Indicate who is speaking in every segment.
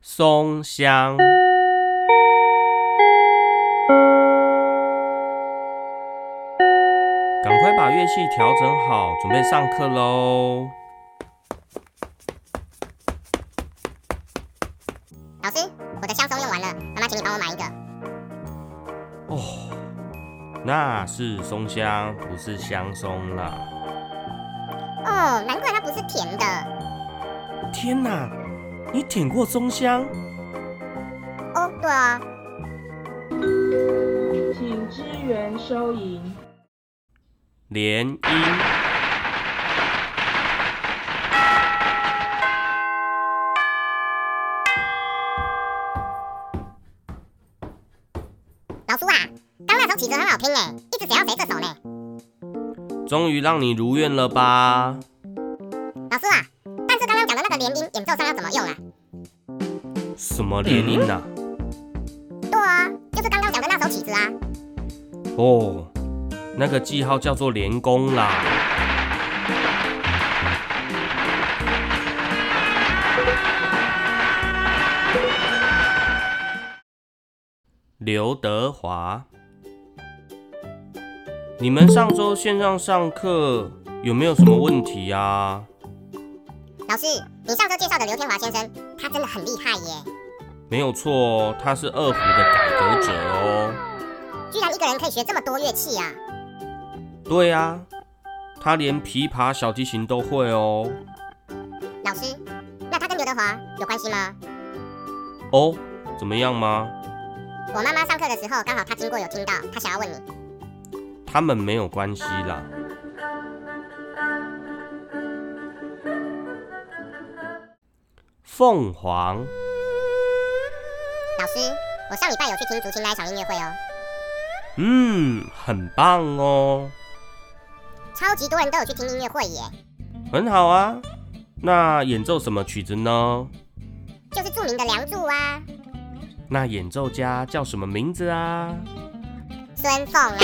Speaker 1: 松香。赶快把乐器调整好，准备上课喽！
Speaker 2: 老师，我的香松用完了，妈妈请你帮我买一个。
Speaker 1: 那是松香，不是香松啦！
Speaker 2: 哦，难怪它不是甜的。
Speaker 1: 天哪，你舔过松香？
Speaker 2: 哦，对啊，
Speaker 3: 请支援收银。
Speaker 1: 涟漪，
Speaker 2: 老夫啊，刚那首曲子很好听哎，一直想要学这首呢。
Speaker 1: 终于让你如愿了吧？
Speaker 2: 老师啊，但是刚刚讲的那个连音演奏上要怎么用啊？
Speaker 1: 什么联姻啊呐、
Speaker 2: 对啊，就是刚刚讲的那首曲子啊。
Speaker 1: 哦，那个记号叫做连弓啦。刘德华，你们上周线上上课有没有什么问题啊？
Speaker 2: 老师，你上周介绍的刘天华先生，他真的很厉害耶，
Speaker 1: 没有错哦，他是二胡的改革者哦。
Speaker 2: 居然一个人可以学这么多乐器啊！
Speaker 1: 对啊，他连琵琶、小提琴都会哦。
Speaker 2: 老师，那他跟刘德华有关系吗？
Speaker 1: 哦，怎么样吗？
Speaker 2: 我妈妈上课的时候刚好她经过有听到，她想要问你。
Speaker 1: 他们没有关系啦。凤凰，
Speaker 2: 老师，我上礼拜有去听竹青那一场音乐会哦，
Speaker 1: 嗯，很棒哦，
Speaker 2: 超级多人都有去听音乐会耶，
Speaker 1: 很好啊。那演奏什么曲子呢？
Speaker 2: 就是著名的《梁祝》啊，
Speaker 1: 那演奏家叫什么名字啊？
Speaker 2: 孙凤啊，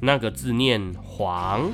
Speaker 1: 那个字念黄。